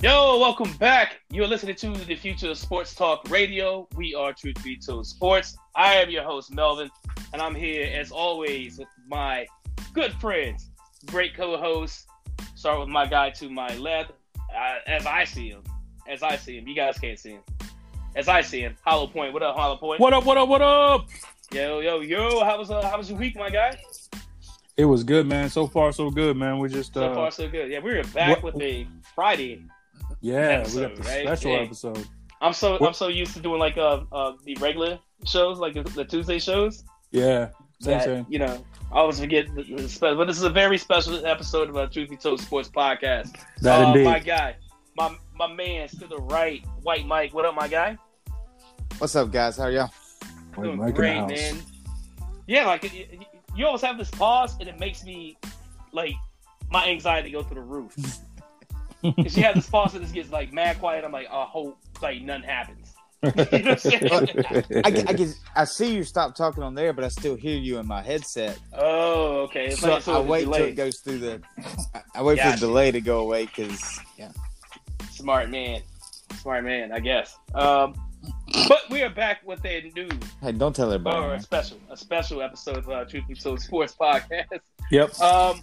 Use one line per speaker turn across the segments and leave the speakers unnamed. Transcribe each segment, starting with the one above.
Yo, welcome back. You're listening to the Future of Sports Talk Radio. We are Truth Be Told Sports. I am your host, Melvin, and I'm here as always with my good friends, great co-hosts. Start with my guy to my left, uh, as I see him. As I see him, you guys can't see him. As I see him, Hollow Point. What up, Hollow Point?
What up? What up? What up?
Yo, yo, yo. How was uh, how was your week, my guy?
It was good, man. So far, so good, man. We're just
So
uh,
far, so good. Yeah, we are back
what-
with a Friday
yeah, we got
episode,
the
right?
special
Yeah.
episode.
I'm so
What-
I'm so used to doing like uh, uh the regular shows, like the, the Tuesday shows.
Yeah, same
That, Oh,
same.
You know, I always forget the, the special, but this is a very special episode of our Truth Be Told Sports Podcast.
That
Uh,
indeed.
My guy, my my man to the right, White Mike. What up, my guy?
What's up, guys? How are y'all?
White
Doing
Mike in the
great,
house.
man. Yeah, like you, you- you always have this pause, and it makes me like my anxiety go through the roof. 'Cause you have this pause, and this gets like mad quiet. I'm like, I hope like nothing happens. you know what I'm saying?
I, I, can- I see you stop talking on there, but I still hear you in my headset.
Oh, okay. It's
So
like, so
I
it's
wait till
delayed.
it goes through the. I- I wait for
Gotcha.
the delay to go away because yeah,
Smart man. Smart man, I guess. Um, but we are back with a new
hey, don't tell everybody.
or a
man.
special, a special episode of uh, Truth Be Told Sports Podcast.
Yep.
Um,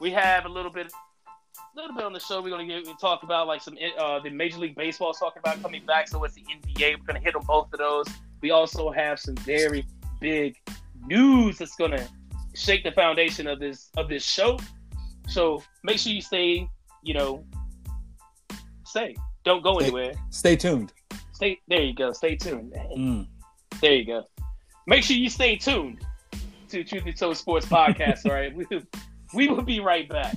we have a little bit, a little bit on the show. We're going to get talk about like some uh, the Major League Baseball is talking about coming back. So it's the NBA. We're going to hit on both of those. We also have some very big news that's going to shake the foundation of this of this show. So make sure you stay. You know, stay. Don't go
Stay-
anywhere.
Stay tuned.
Stay there. You go. Stay tuned.
Mm.
There you go. Make sure you stay tuned to Truth Be Told Sports Podcast. all right, we, we will be right back.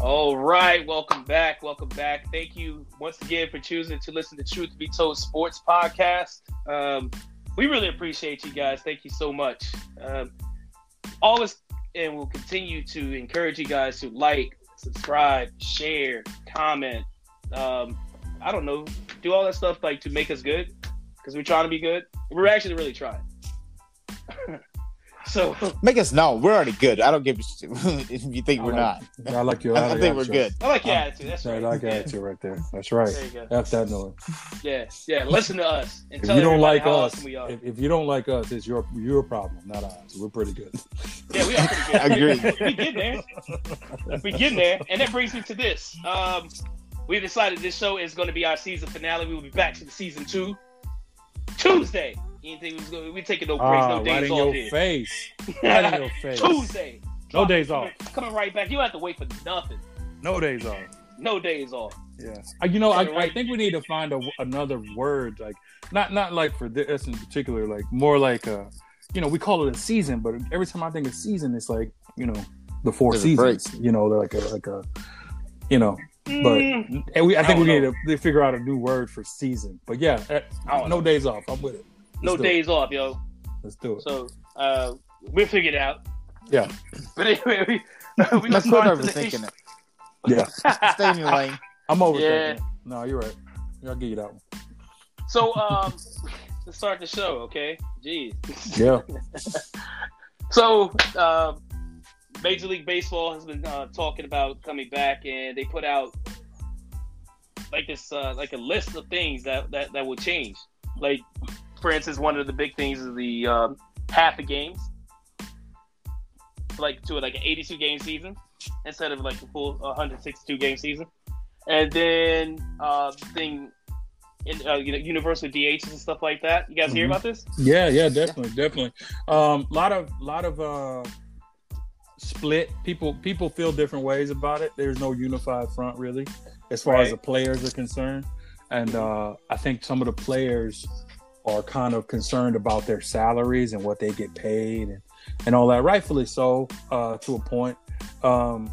All right, welcome back. Welcome back. Thank you once again for choosing to listen to Truth Be Told Sports Podcast. Um, we really appreciate you guys. Thank you so much. Um, always, and we'll continue to encourage you guys to like, subscribe, share, comment. Um, I don't know, do all that stuff like to make us good because we're trying to be good. We're actually really trying. so,
Make us know we're already good. I don't give a shit if you think we're not.
I like your.
I, I think we're good.
I like your
Um,
attitude. That's
I
right.
like your
Yeah.
attitude right there. That's right.
There you go.
F that noise.
Yeah, yeah. Listen to us. And
If
tell
you don't
everybody
like
how
us,
awesome we are.
if, if you don't like us, it's your your problem, not ours. We're pretty good.
yeah, we are pretty good.
Agreed.
We get there. We get there, and that brings me to this. Um, we decided this show is going to be our season finale. We will be back to the season two Tuesday. You didn't think we was going? We taking no breaks,
Ah,
no
right
days
in
off
your
here.
face. Right in your face.
Tuesday.
No days off.
Coming right back. You don't have to wait for nothing.
No days off.
No days off.
Yeah, Uh, you know, I, I
Right.
think we need to find a, another word, like not not like for this in particular, like more like uh you know, we call it a season, but every time I think of season, it's like you know, the four
There's a break.
seasons. You know, they're like a like a you know, but
Mm,
and we I
I
think we
don't
need
know.
to they figure out a new word for season. But yeah, eh,
I don't
no days off. I'm with it.
no
do it.
days off, yo.
Let's do it.
So uh, we'll figure it out.
Yeah.
But anyway, we, we gonna
Let's quit
start
overthinking it.
Yeah,
it.
Stay in your lane.
I'm overthinking.
Yeah.
it. No, you're right. I'll give you that one.
So, um, let's start the show, okay? Jeez.
Yeah,
So, um, Major League Baseball has been uh, talking about coming back, and they put out like this, uh, like a list of things that, that that will change. Like, for instance, one of the big things is the um, half the games, like to like an 82 game season instead of like a full 162 game season, and then uh, thing in uh, you know, universal DHs and stuff like that. You guys hear
Mhm.
about this?
yeah, yeah, definitely, definitely. Um, lot of, lot of uh, split people. People feel different ways about it. There's no unified front really, as far as
Right.
the players are concerned. and uh, I think some of the players are kind of concerned about their salaries and what they get paid and, and all that. Rightfully so, uh, to a point. Um,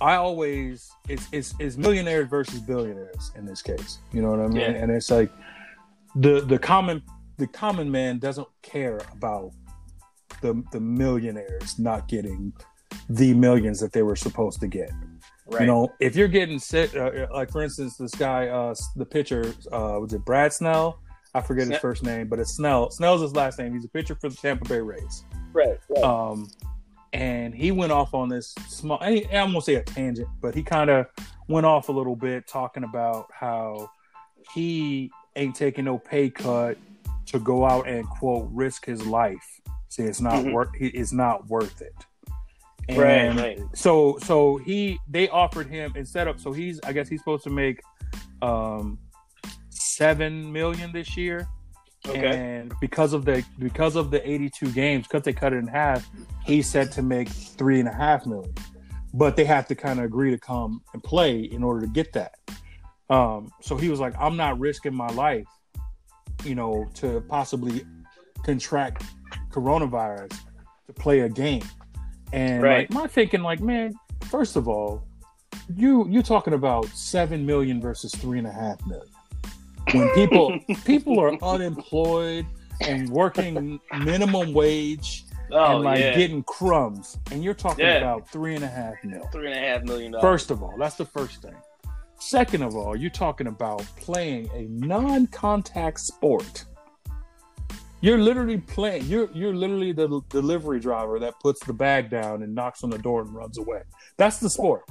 I always it's, it's it's millionaires versus billionaires in this case. You know what I mean?
Yeah.
And it's like the the common the common man doesn't care about the the millionaires not getting the millions that they were supposed to get.
Right.
You know, if you're getting sick, uh, like for instance, this guy, uh, the pitcher, uh, was it Brad Snell? I forget his
Snell.
first name, but it's Snell. Snell's his last name. He's a pitcher for the Tampa Bay Rays.
right. Right.
Um, and he went off on this small, I I won't say a tangent, but he kind of went off a little bit talking about how he ain't taking no pay cut to go out and quote risk his life. See, it's not
Mhm.
worth. It's not worth it.
right.
And-
Right.
so so he they offered him instead of so he's I guess he's supposed to make um seven million this year.
Okay.
And because of the because of the eighty two games, because they cut it in half, he's set to make three and a half million. But they have to kind of agree to come and play in order to get that. Um so he was like, I'm not risking my life, you know, to possibly contract coronavirus to play a game. And
Right.
like, my thinking, like, man, first of all, you you're talking about seven million versus three and a half million. When people people are unemployed and working minimum wage
Oh
and like
yeah.
getting crumbs, and you're talking
Yeah.
about three and a half mil.
Three and a half million dollars.
First of all, that's the first thing. Second of all, you're talking about playing a non-contact sport. You're literally playing. You're you're literally the delivery driver that puts the bag down and knocks on the door and runs away. That's the sport.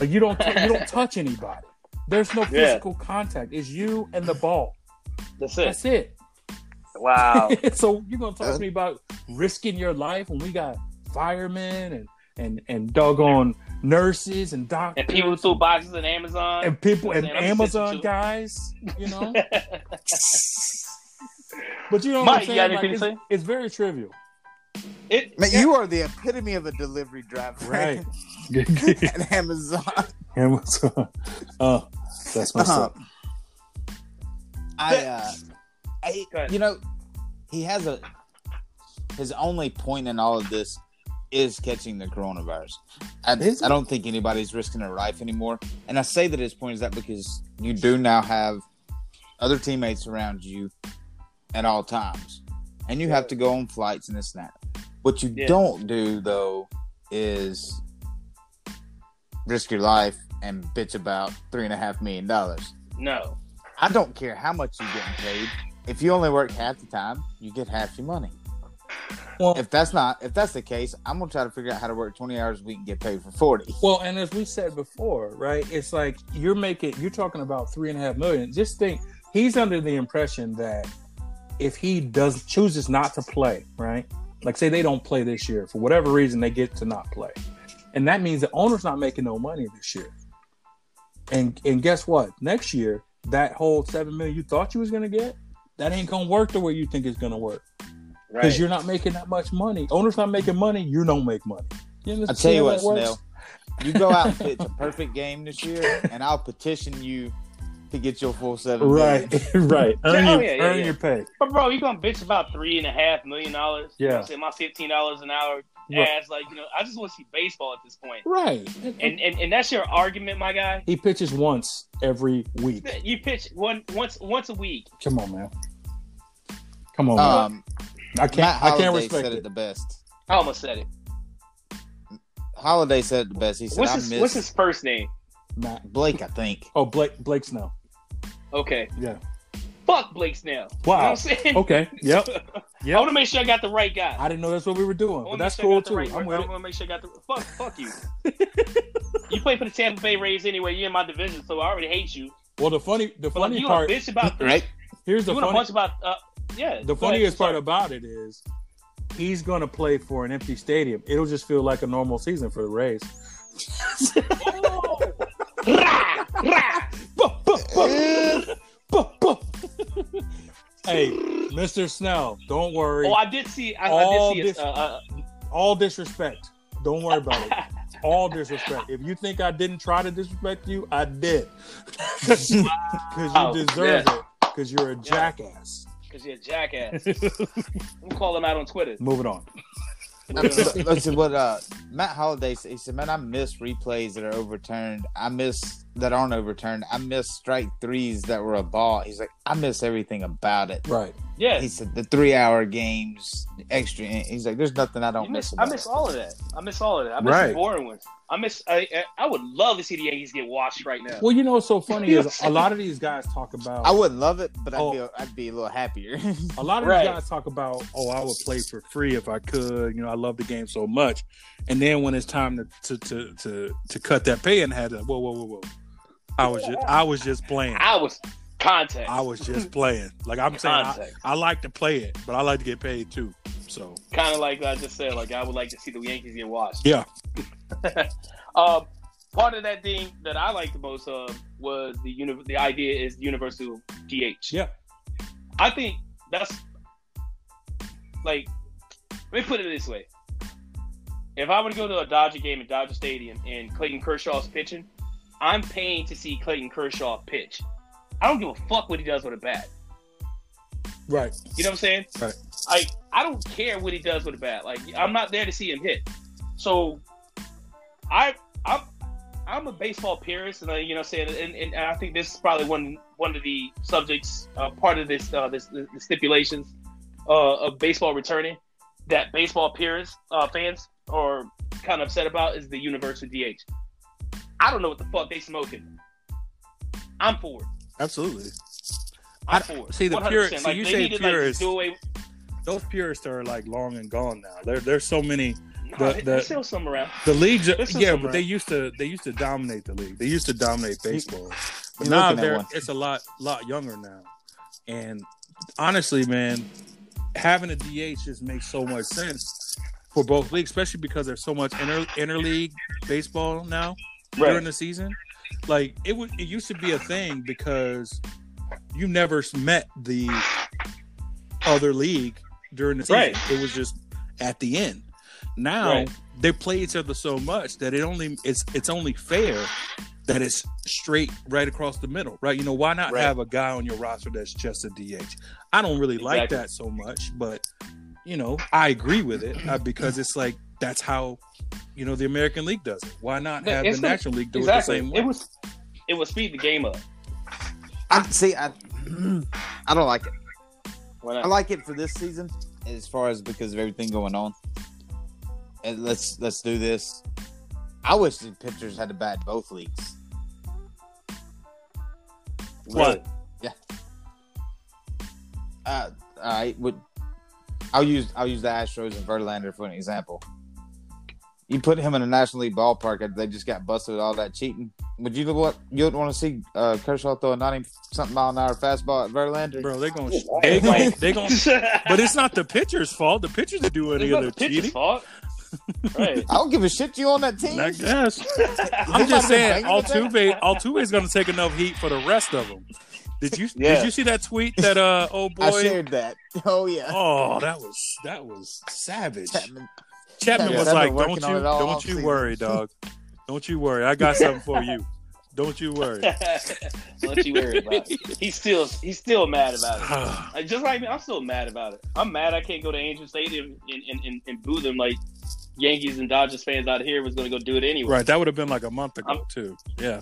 Like you don't you don't touch anybody. There's no physical contact. It's you and the ball.
That's it.
That's it.
Wow.
so you're gonna talk to me about risking your life when we got firemen and and and doggone nurses and doctors
and people threw boxes in Amazon.
and people and
I'm saying, I'm a
Amazon
substitute.
guys, you know. but you know, what
Mike,
I'm
you
saying?
got
Like,
anything to
it's, it's very trivial,
It,
Man, you are the epitome of a delivery driver.
right?
At Amazon.
Amazon. Oh, that's messed up.
I, uh, I,
Go ahead.
you know, he has a his only point in all of this is catching the coronavirus. I,
Is it?
I don't think anybody's risking their life anymore. And I say that his point is that because you do now have other teammates around you at all times, and you have to go on flights and this and that. What you
Yeah.
don't do though is risk your life and bitch about three and a half million dollars.
no.
I don't care how much you're getting paid. If you only work half the time, you get half your money.
Well,
If that's not, if that's the case, I'm gonna try to figure out how to work 20 hours a week and get paid for 40.
Well, and as we said before, right? It's like you're making you're talking about three and a half million. Just think he's under the impression that if he does chooses not to play, right? Like say they don't play this year for whatever reason they get to not play. And that means the owner's not making no money this year. And and guess what? Next year, that whole seven million you thought you was gonna get, that ain't gonna work the way you think it's gonna work. Because
Right.
you're not making that much money. Owner's not making money, you don't make money. You
I tell
understand
you
how
what,
that works?
Snell, you go out and pitch a perfect game this year, and I'll petition you to get your full seven. million.
Right, right. Earn,
Yeah, oh,
your,
yeah, yeah,
earn
yeah.
your pay.
But bro, you gonna bitch about three and a half million dollars? You know
Yeah.
what I'm saying my fifteen dollars an hour
Right.
ass. Like you know, I just want to see baseball at this point.
Right.
And and and that's your argument, my guy.
he pitches once every week.
You pitch one once once a week.
Come on, man. Come on, man.
Um,
I
Matt
can't. I
Holiday
can't respect
said it.
it.
the best.
I almost said it.
Holiday said it the best. He said,
What's
"I
his
miss
What's his first name?
Matt.
Blake." I think.
Oh, Blake. Blake Snell.
Okay,
Yeah.
fuck Blake Snell. You know what
Wow.
I'm saying?
Okay. Yep.
I want
Yep.
to make sure I got the right guy.
I didn't know that's what we were doing,
I
but
wanna
that's
make sure I
cool
got the
too.
right-
I'm
I
with it.
want to make sure I got the fuck. Fuck you. you play for the Tampa Bay Rays anyway. You're in my division, so I already hate you.
Well, the funny, the
But like,
funny
you
part.
a bitch about three.
Right?
Here's the
You want a
funny.
bunch about uh, yeah.
The
go ahead.
funniest part
Sorry.
about it is he's gonna play for an empty stadium. It'll just feel like a normal season for the Rays.
Rah! Rah!
Buh, buh, buh. Buh, buh. hey, Mr. Snell, don't worry.
Oh, I did see. I, I
All
did see.
this-
This... Uh, uh,
All disrespect. Don't worry about it. all disrespect. If you think I didn't try to disrespect you, I did. Because
Wow.
you deserve it. Because you're a jackass.
Because you're a jackass. I'm calling out on Twitter.
Moving on.
Listen, what uh, Matt Holiday said, he said, man, I miss replays that are overturned. I miss that aren't overturned. I miss strike threes that were a ball. He's like, I miss everything about it.
Right.
Yeah.
He said the three hour games, extra. He's like, there's nothing I
You
don't miss.
miss, I
about
miss
it."
all of that. I miss all of that. I miss the
Right.
boring ones. I miss. I, I I would love to see the Yankees get washed right now.
Well, you know what's so funny is a lot of these guys talk about
I wouldn't love it, but
Oh.
I'd, be, I'd be a little happier.
A lot of
Right.
these guys talk about, oh, I would play for free if I could. You know, I love the game so much. And then when it's time to to to to, to cut that pay and had a whoa whoa whoa whoa. I was just I was just playing.
I was contact.
I was just playing. Like I'm saying, I,
Context.
I like to play it, but I like to get paid too. So
kind of like I just said. Like I would like to see the Yankees get washed.
yeah,
Um, part of that thing that I liked the most of was the uni- The idea is universal DH.
yeah,
I think that's like let me put it this way. If I were to go to a Dodger game at Dodger Stadium and Clayton Kershaw's pitching, I'm paying to see Clayton Kershaw pitch. I don't give a fuck what he does with a bat.
right.
You know what I'm saying?
Right.
Like I don't care what he does with a bat. Like I'm not there to see him hit. So I I'm I'm a baseball purist, and uh, you know, what I'm saying, and, and, and I think this is probably one one of the subjects, uh, part of this uh, this the stipulations uh, of baseball returning that baseball purists uh, fans are kind of upset about is the universal DH. I don't know what the fuck they smoking. I'm for it.
Absolutely.
I'm
I-
for it.
see, the
100%.
purist- see, you
they
say
need to,
purist.
do away.
Those purists are like long and gone now. There, there's so many.
No,
The-
there-
the-
there's still some around.
The leagues, are,
This is
yeah,
some
but they used to they used to dominate the league. They used to dominate baseball. But
You're
now
looking at
they're
one.
it's a lot lot younger now. And honestly, man, having a DH just makes so much sense for both leagues, especially because there's so much inter interleague baseball now during the season. Like it would it used to be a thing because you never s- met the other league during the season.
Right.
It was just at the end. Now
Right.
they play each other so much that it only it's it's only fair that it's straight right across the middle, right? You know, why not
Right.
have a guy on your roster that's just a DH? I don't really like
Exactly.
that so much, but you know, I agree with it uh, because it's like that's how you know the American League does it. Why not
Yeah,
have
it's
the
the-
National League do
exactly.
it the same way?
It was it would speed the game up.
I see. I, I don't like it.
When
I like it for this season, as far as because of everything going on. And let's let's do this. I wish the pitchers had to bat both leagues.
What?
Yeah. Uh, all right. Would I'll use I'll use the Astros and Verlander for an example. You put him in a National League ballpark and they just got busted with all that cheating. Would you what you would want to see uh, Kershaw throw a ninety something mile an hour fastball at Verlander?
Bro, they're going.
Oh,
They going.
like-
They going. But it's not the pitcher's fault. The pitchers are doing
It's
any
not
other
the pitcher's
cheating.
fault. right.
I don't give a shit. You on that team?
I guess.
They
I'm
might
just
have
saying,
been banging with
Altuve, Altuve is going to take enough heat for the rest of them. Did you
Yeah.
Did you see that tweet that uh oh
I
boy?
shared that. Oh yeah.
Oh, that was that was savage.
Chapman.
Chapman
Yeah,
was
I've been
like,
working
"Don't
on
you
it all
don't you
offseason."
worry, dog. Don't you worry. I got something for you. Don't you worry."
Don't you worry about it. He's still he's still mad about it. Like, Just like me, I'm still mad about it. I'm mad I can't go to Angel Stadium and, and, and, and boo them like Yankees and Dodgers fans out here was going to go do it anyway.
right, that would have been like a month ago
I'm-
too. Yeah,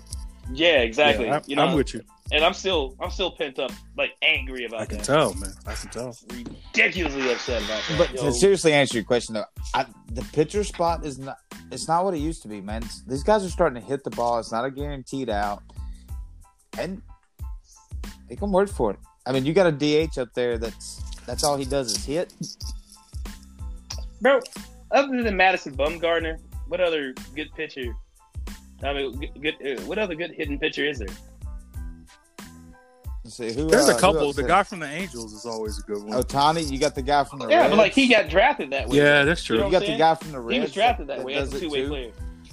Yeah, exactly.
Yeah, I'm,
you know,
I'm with you.
and I'm still I'm still pent up, like angry about
I can
that.
tell, man. I can tell.
Ridiculously upset about that.
But
Yo,
to seriously answer your question though, I, the pitcher spot is not it's not what it used to be, man. It's- these guys are starting to hit the ball. It's not a guaranteed out, and they can work for it. I mean, you got a DH up there that's that's all he does is hit.
bro. Other than Madison Bumgarner, what other good pitcher? I mean, g- good. uh, What other good hitting pitcher is there?
Let's see, who,
There's
uh,
a
who
couple.
else
The
is-
guy from the Angels is always a good one.
Otani, you got the guy from the
Yeah,
Reds.
but like he got drafted that way.
yeah, that's
You
true.
know
you
what
got
I'm
the
saying?
guy from the Reds.
he was drafted that, way as
does
a
it
two way
too.
player.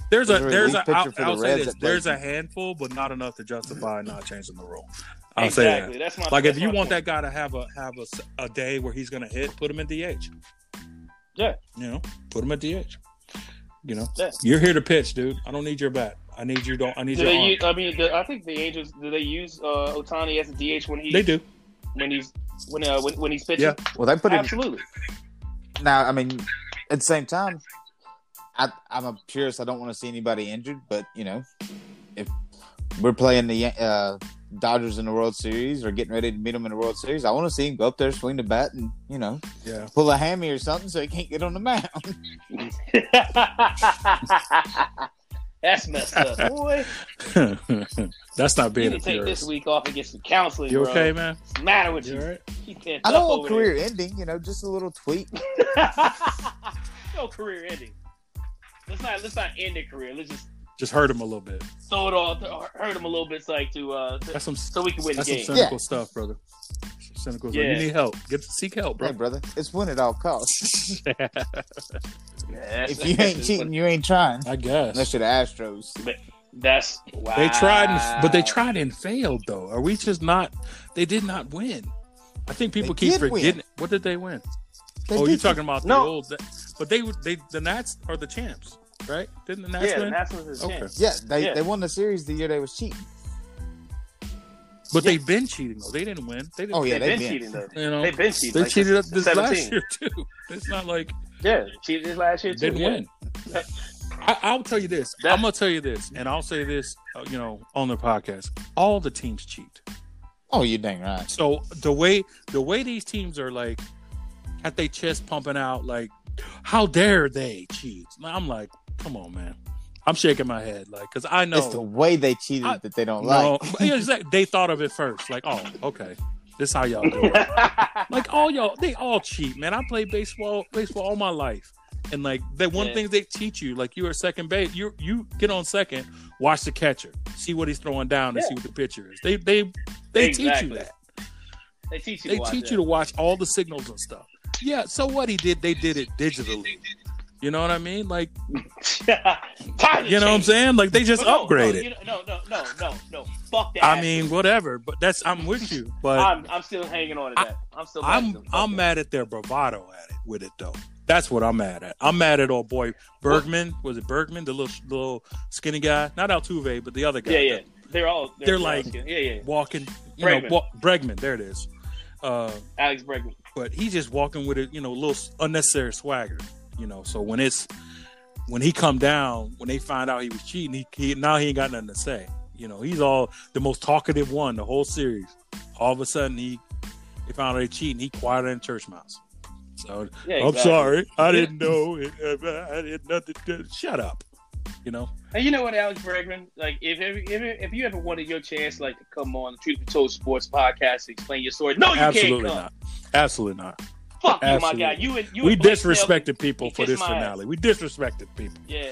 There's a
There's a
there's
relief
a
pitcher
I'll,
for the
I'll say
Reds
this.
that plays-
There's a handful, but not enough to justify not changing the rule. I'll
exactly.
say
That's my
that. Like if
that's
you
my
want
point.
that guy to have a have a, s- a day where he's gonna hit, put him in DH.
Yeah.
You know, put him at DH. You know,
Yeah.
you're here to pitch, dude. I don't need your bat. I need your don't. I need
Do
your
they
arm.
use, I mean, do, I think the Angels do they use uh, Otani as a DH when he
they do.
when he's when uh, when, when he's pitching?
Yeah.
Well, they put him
Absolutely.
now. I mean, at the same time, I, I'm a purist. I don't want to see anybody injured, but you know, if we're playing the uh, Dodgers in the World Series or getting ready to meet them in the World Series, I want to see him go up there, swing the bat, and you know,
Yeah.
pull a hammy or something so he can't get on the mound.
That's messed up, boy.
That's
You
not being a
need to take this
purist.
week off and get some counseling.
You
bro.
okay, man?
What's the matter with
You all
you?
right?
You can't
I don't
talk
want
over
career ending, you know, just a little tweet.
there. no career ending. Let's not let's not end the career. Let's just
Just hurt him a little bit.
throw it all, th- hurt him a little bit, so like to uh, to-
That's some.
so we can win the
That's some
game.
cynical stuff, brother. Some Cynical. stuff.
Yeah.
You need help. Get seek help,
Hey,
bro.
brother, it's win at all costs.
Yeah,
if you ain't cheating, you ain't trying.
I guess
Unless you're the Astros.
Oh,
that's wow.
they tried, and, but they tried and failed. Though, are we just not? They did not win. I think people
They
keep
did win.
forgetting. What did they win?
They
oh,
did
you're talking about
No.
the old, but they they the Nats are the champs, right? Didn't the Nats
Yeah,
win?
that's what's his
Okay.
chance.
Yeah, they,
Yeah.
they won the series the year they was cheating.
But they've been cheating though. They didn't win. They didn't.
Oh yeah,
They've
they
been,
have been.
cheating though.
You know,
They've been cheating.
they
like,
cheated up
since-
this
since
last
17.
year too. It's not like
Yeah, cheated this last year
they
too.
didn't
yeah.
win. I, I'll tell you this.
That-
I'm gonna tell you this, and I'll say this. uh, You know, on the podcast, all the teams cheat.
Oh, you dang right.
So the way the way these teams are like at their chest pumping out, like, how dare they cheat? I'm like, come on, man. I'm shaking my head, like, because I know
It's the way they cheated
I-
that they don't
no,
like.
Yeah, it's like they thought of it first. Like, oh, okay, this how y'all do it. Like all y'all, they all cheat, man. I played baseball, baseball all my life, and like the one
Yeah.
thing they teach you, like you are second base, you you get on second, watch the catcher, see what he's throwing down, and see what the pitcher is. They they they teach
Exactly.
you that.
they teach you.
They
to watch
teach
that.
you to watch all the signals and stuff. Yeah. So what he did, they did it digitally. You know what I mean? Like,
Time to
you know what I'm
change.
saying? Like they just
But no,
upgraded.
No, you know- no, no, no, no, no. Fuck that.
I mean, whatever. But that's I'm with you. But
I'm, I'm still hanging on to that. I'm still. mad at
I'm
them. Fuck
I'm
that.
mad at their bravado at it with it though. That's what I'm mad at. I'm mad at old boy Bergman. Was it Bergman, the little little skinny guy? Not Altuve, but the other guy.
Yeah, yeah.
that-
They're all. They're,
They're
all
like-
skin- Yeah, yeah.
Walking, you
Bregman.
know, walk, Bregman. There it is. Uh,
Alex Bregman.
but he's just walking with a you know little s- unnecessary swagger. You know, so when it's when he come down, when they find out he was cheating, he, he now he ain't got nothing to say. You know, he's all the most talkative one the whole series. All of a sudden, he they found out they cheating. He quieter than church mouse. So
Yeah,
I'm
exactly.
sorry. I didn't know. It, uh, I I did nothing. To, shut up. You know.
And you know what, Alex Bregman? Like, if if, if if you ever wanted your chance, like, to come on the Truth Be Told Sports podcast and explain your story, no, Oh, you
Absolutely
can't come.
not. Absolutely not.
Fuck
Absolutely.
you, my guy. You and you.
We
and Blake Snell-
disrespected people
he
for
kissed
this
my
finale. We disrespected people.
Yeah.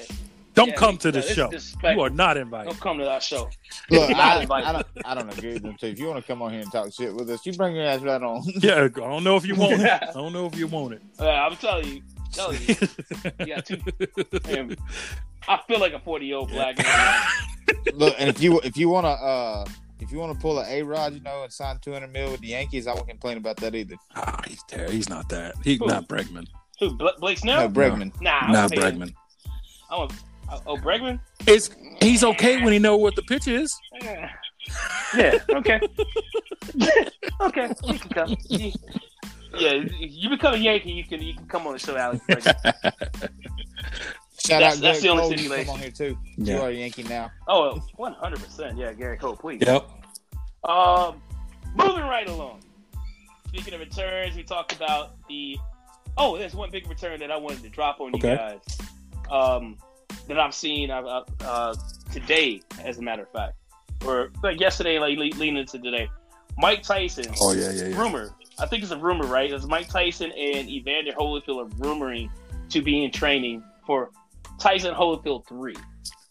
Don't
Yeah,
come to
no,
the
this is
show.
disrespectful.
You are not invited.
Don't come to our show.
Look,
Not
I,
invited.
I, don't, I don't agree with them too. If you want to come on here and talk shit with us, you bring your ass right on.
Yeah, I don't know if you want it. I don't know if you want it.
Uh, I'm telling you, telling you, you got two. Damn. I feel like a 40 year old black man.
Look, and if you if you want to uh if you want to pull a A Rod, you know, and sign two hundred mil with the Yankees, I won't complain about that either.
Ah, he's there. He's not that. He's
Who?
not Bregman.
Who? Bla- Blake
No,
Snell?
Bregman.
Nah, I'm
Not
paying-
Bregman.
I want. Oh, Bregman.
It's he's okay when he know what the pitch is.
Yeah. Yeah. Okay. okay. You can come. You- Yeah, you become a Yankee, you can you can come on the show, Alex. Bregman.
Shout
That's-
out
that's
Greg
the only
Cole, you
stipulation.
come on here too. You
Yeah.
are a Yankee now.
Oh, 100 percent. Yeah, Gary Cole, please.
Yep.
Um, moving right along. Speaking of returns, we talked about the. Oh, there's one big return that I wanted to drop on
Okay.
you guys. Um, that I'm seeing uh, uh, today, as a matter of fact, or like yesterday, like le- leading into today. Mike Tyson.
Oh yeah, yeah, yeah.
rumor. I think it's a rumor, right? It's Mike Tyson and Evander Holyfield are rumoring to be in training for Tyson Holyfield three.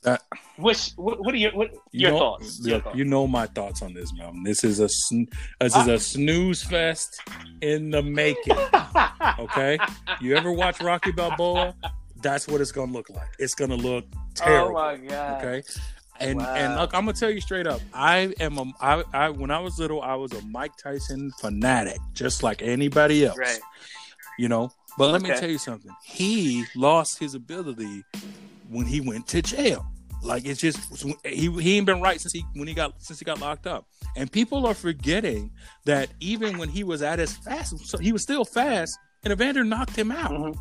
That-
Which what, what are your what,
Uh, You
your
know-
thoughts? Your
Look,
thoughts. Ah.
you know my thoughts on this, man. This is a sn- this is a snooze fest in the making.
Oh
Okay, you ever watch Rocky Balboa? That's what it's gonna look like. It's gonna look
oh
terrible.
my god!
okay and
Wow.
and look i'm gonna tell you straight up i am a I, I when i was little i was a mike tyson fanatic just like anybody else
Right.
you know but let me
Okay.
tell you something he lost his ability when he went to jail. Like it's just he he ain't been right since he when he got since he got locked up. And people are forgetting that even when he was at his fast, so he was still fast, and Evander knocked him out.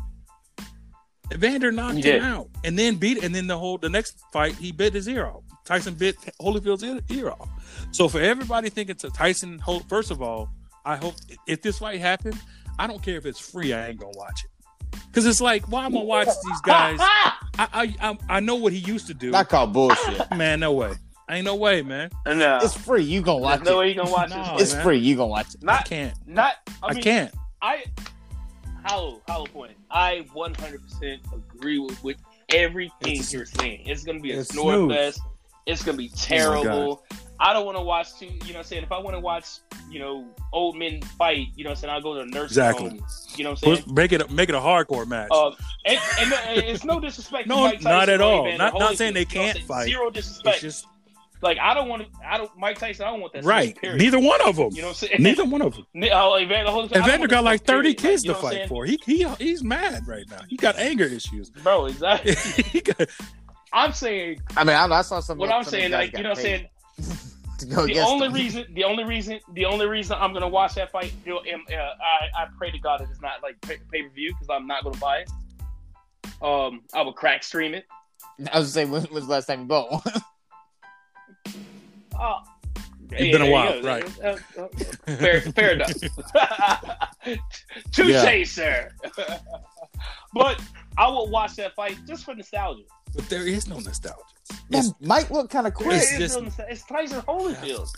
Evander knocked
Mm-hmm. He
him
did.
out, and then beat, and then the whole the next fight he bit his ear off. Tyson bit Holyfield's ear- ear off. So for everybody thinking to Tyson, Hol- first of all, I hope if this fight happens, I don't care if it's free, I ain't gonna watch it because it's like why am I watching these guys? I, I I I know what he used to do.
I call bullshit.
Man, no way. Ain't no way, man.
no,
it's free. You gonna watch
there's no
it?
way you gonna watch
No.
this.
It's
man.
free. You gonna watch it?
I
Not,
can't.
not. I,
I,
mean,
can't.
I hollow hollow point. I 100% agree with, with everything
It's-
you're saying. It's gonna be a
it's
snore
smooth. Oh
fest. It's gonna be terrible. I don't want to watch too. You know, what I'm saying if I want to watch, you know, old men fight. You know, what I'm saying I'll go to a nursing
Exactly.
home. You know, what I'm
Push-
saying.
Make it a, make it a hardcore match.
Um, and, and, and it's no disrespect. to
No,
Mike Tyson
not at
or
all.
Evander
Not- not
Holyfield.
saying they
You know what I'm
can't
saying?
fight.
Zero
it's
disrespect.
just
like I don't want to. I don't. Mike Tyson. I don't want that. stuff,
right.
period.
Neither one of them.
You know what I'm saying?
Neither one of them.
Ne- oh, Evander, Holyfield, I don't
Evander
want
got
that
like
stuff,
thirty
period. Like,
kids
you know
to
what I'm
fight
saying?
for. He he he's mad right now. He got anger issues.
Bro, exactly.
He got-
I'm saying
I mean, I, I saw some.
what
some
I'm
of these
saying, like
guys got
you know, what I'm
paid
saying
to
Oh,
go
the
against
only
them.
reason, the only reason, the only reason I'm gonna watch that fight, you know, am- uh, I I pray to God it is not like pay per view because I'm not gonna buy it. Um, I will crack stream it.
I was saying, when was the last time you bought one? Ah.
Oh,
It's been a while, right.
uh, uh, uh, fair, fair enough. Touche,
Yeah.
sir. but I will watch that fight just for nostalgia.
but there is no nostalgia.
Man, Mike looked kind of quick.
It's,
It's just-
it's Tyson Holyfield.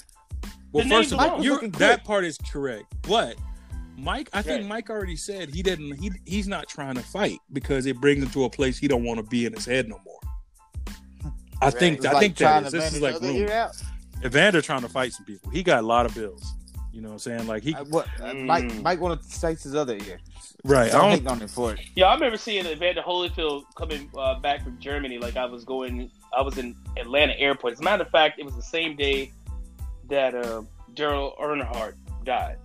Well,
The
first
name
of
alone.
all,
Mike
you're,
was looking
that
good.
part is correct. But Mike, I think
Right.
Mike already said he didn't. He he's not trying to fight because it brings him to a place he don't want to be in his head no more. I
Right.
think
It's
I
like
think
trying
that
to
is, this is like
manage other
rumor.
ear out.
Evander trying to fight some people. He got a lot of bills. You know what I'm saying? Like he
Uh, what? Uh,
Mm.
Mike Mike want to face his other ear.
right.
Don't
I
hate
don't.
on him for it.
Yeah, I remember seeing Evander Holyfield coming uh, back from Germany. Like I was going, I was in Atlanta airport. As a matter of fact, it was the same day that uh, Daryl Earnhardt died,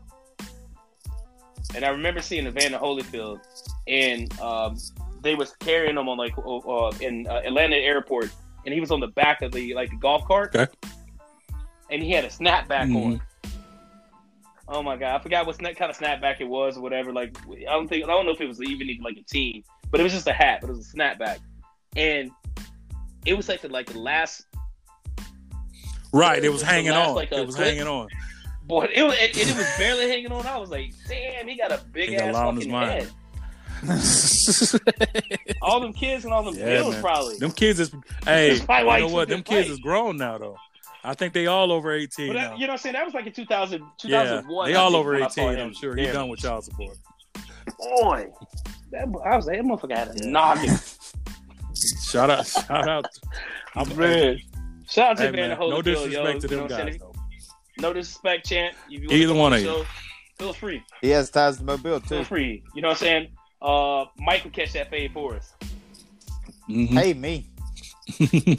and I remember seeing Evander Holyfield, and um, they was carrying him on like uh, uh, in uh, Atlanta airport, and he was on the back of the like golf cart,
Okay.
and he had a snapback
Mhm.
on. Oh my god, I forgot what sna- kind of snapback it was or whatever. Like I don't think I don't know if it was even even like a team, but it was just a hat, but it was a snapback, and it was like the like the last
Right. It was
The
hanging
last,
on.
like, uh,
it was
clip.
hanging on.
boy. It, was- it, it was barely hanging on. I was like, damn, he got a big
He got
ass
a lot on his
fucking
mind.
head. All them kids and all them
Yeah,
bills
man.
probably.
them kids is hey.
That's probably why
you know
he
what?
took
Them
that
kids
fight.
is grown now though. I think they all over 18
But
now.
that, you know what I'm saying? That was like in 2000,
yeah,
2001.
they
I
all
think,
over
when I saw
18.
him.
I'm sure he
Yeah.
done with child support.
Boy, that, bo- I was like, that motherfucker had a noggin.
Shout out, shout out. I'm,
Man. Shout out to
Hey,
Van
man, no disrespect to them guys. Though.
No disrespect, champ. If you wanna
Either
come
one
on
of
the
you.
show, Feel free.
He has ties to Mobile too.
Feel free. You know what I'm saying? Uh, Mike will catch that fade for us.
Mhm.
Hey me.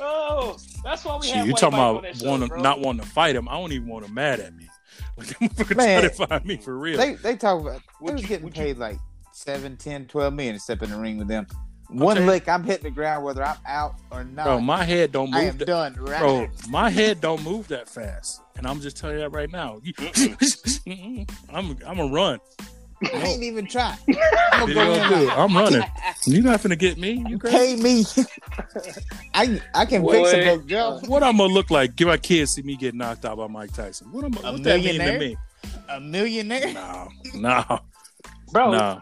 oh, that's why we
Shit,
have
you
White
talking
Mike on that
about
show,
wanna,
bro.
not wanting to fight him? I don't even want him mad at me. Like, them motherfuckers
Man.
trying to find me for real.
They they talk about
Would
they was
you-
getting
would you-
paid like seven, ten, twelve million to step in the ring with them. One
Okay.
lick, I'm hitting the ground whether I'm out or not.
bro, my head don't
I am
move. That,
done. Right.
bro, my head don't move that fast, and I'm just telling you that right now. You- I'm I'm a run.
I ain't even trying.
You
I'm
know what
gonna
I'm
go
doing?
in.
I'm running. You're not gonna get me. You crazy?
Pay me. I I can fix
Boy.
a broke jaw.
What I'm gonna look like? Give my kids see me get knocked out by Mike Tyson. What I'm
A
what that mean to
millionaire?
me?
A millionaire.
No, no,
bro,
no.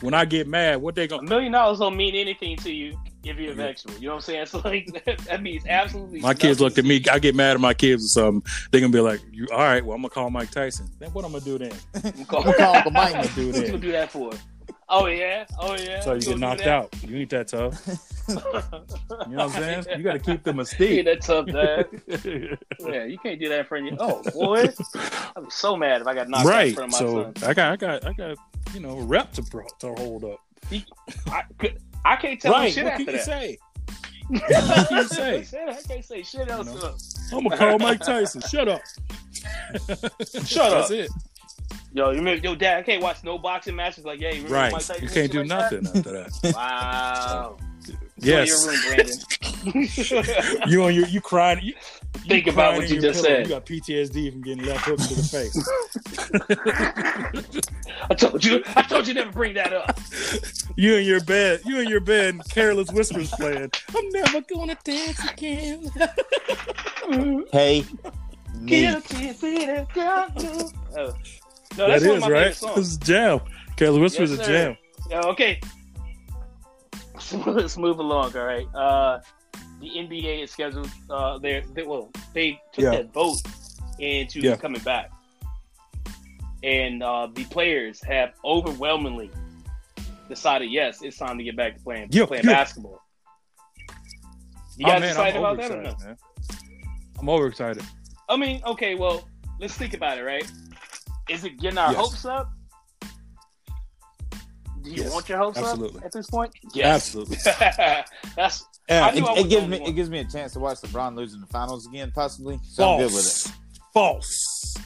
When I get mad, what they
a
gonna?
million dollars don't mean anything to you if you're
Yeah.
eventual. You know what I'm saying? So like that means absolutely.
My kids
nothing.
looked at me. I get mad at my kids or something. They gonna be like, "You all right? Well, I'm gonna call Mike Tyson. Then what I'm gonna do then?
I'm call-
We'll call Uncle Mike.
I'ma do
What you
that.
gonna do that for? Oh yeah, oh yeah.
So you get
gonna
knocked
do
out. You ain't that tough.
that?
You know what I'm saying? You gotta keep the
You
mystique.
that tough, dad. Yeah, you can't do that in front of your. Oh boy, I'm so mad if I got knocked out in
right.
front of my
So
son.
I got, I got, I got, you know, a rep to pro- to hold up.
I, could, I can't tell him
right.
shit
What
after
can you
that.
say?
what
can you say?
I can't say shit else.
know.
to him.
I'm gonna call Mike Tyson. Shut up.
Shut
That's
up.
it.
Yo, you remember, yo, Dad, I can't watch no boxing matches. Like, yeah, you remember
Right.
Mike Tyson
You
and shit
can't do
like
nothing after that.
That? Wow.
yes.
Go to your room, Brandon.
You on your you cried. You, you
Think about
cried
what
in
you
your
just
pillow.
said.
You got PTSD from getting left hook to the face.
I told you. I told you never bring that up.
You in your bed. You in your bed. and Careless whispers playing. I'm never gonna dance again.
Hey,
Mm.
me.
Guilty, Peter, guilty. Oh. No,
That
that's one of
is
my
right.
favorite
This
songs.
is jam. Careless whispers
Yes,
is
sir.
jam.
Yeah, okay. Let's move along. All right. Uh, the NBA is scheduled. Uh, they're, they well, they took
Yeah.
that vote into
Yeah.
coming back, and uh, the players have overwhelmingly decided yes, it's time to get back to playing
Yeah,
playing
yeah.
basketball. You
Oh,
guys
man,
excited
I'm
about that or no?
overexcited, man. I'm overexcited.
I mean, okay, well, let's think about it, right? Is it getting our
Yes.
hopes up? Do you
Yes,
want your hopes
absolutely.
up at this point?
Absolutely.
That's
Yeah,
I
It,
knew I
it
was
gives
on
me
one.
it gives me a chance to watch LeBron lose in the finals again, possibly. So
false.
I'm good with it.
False.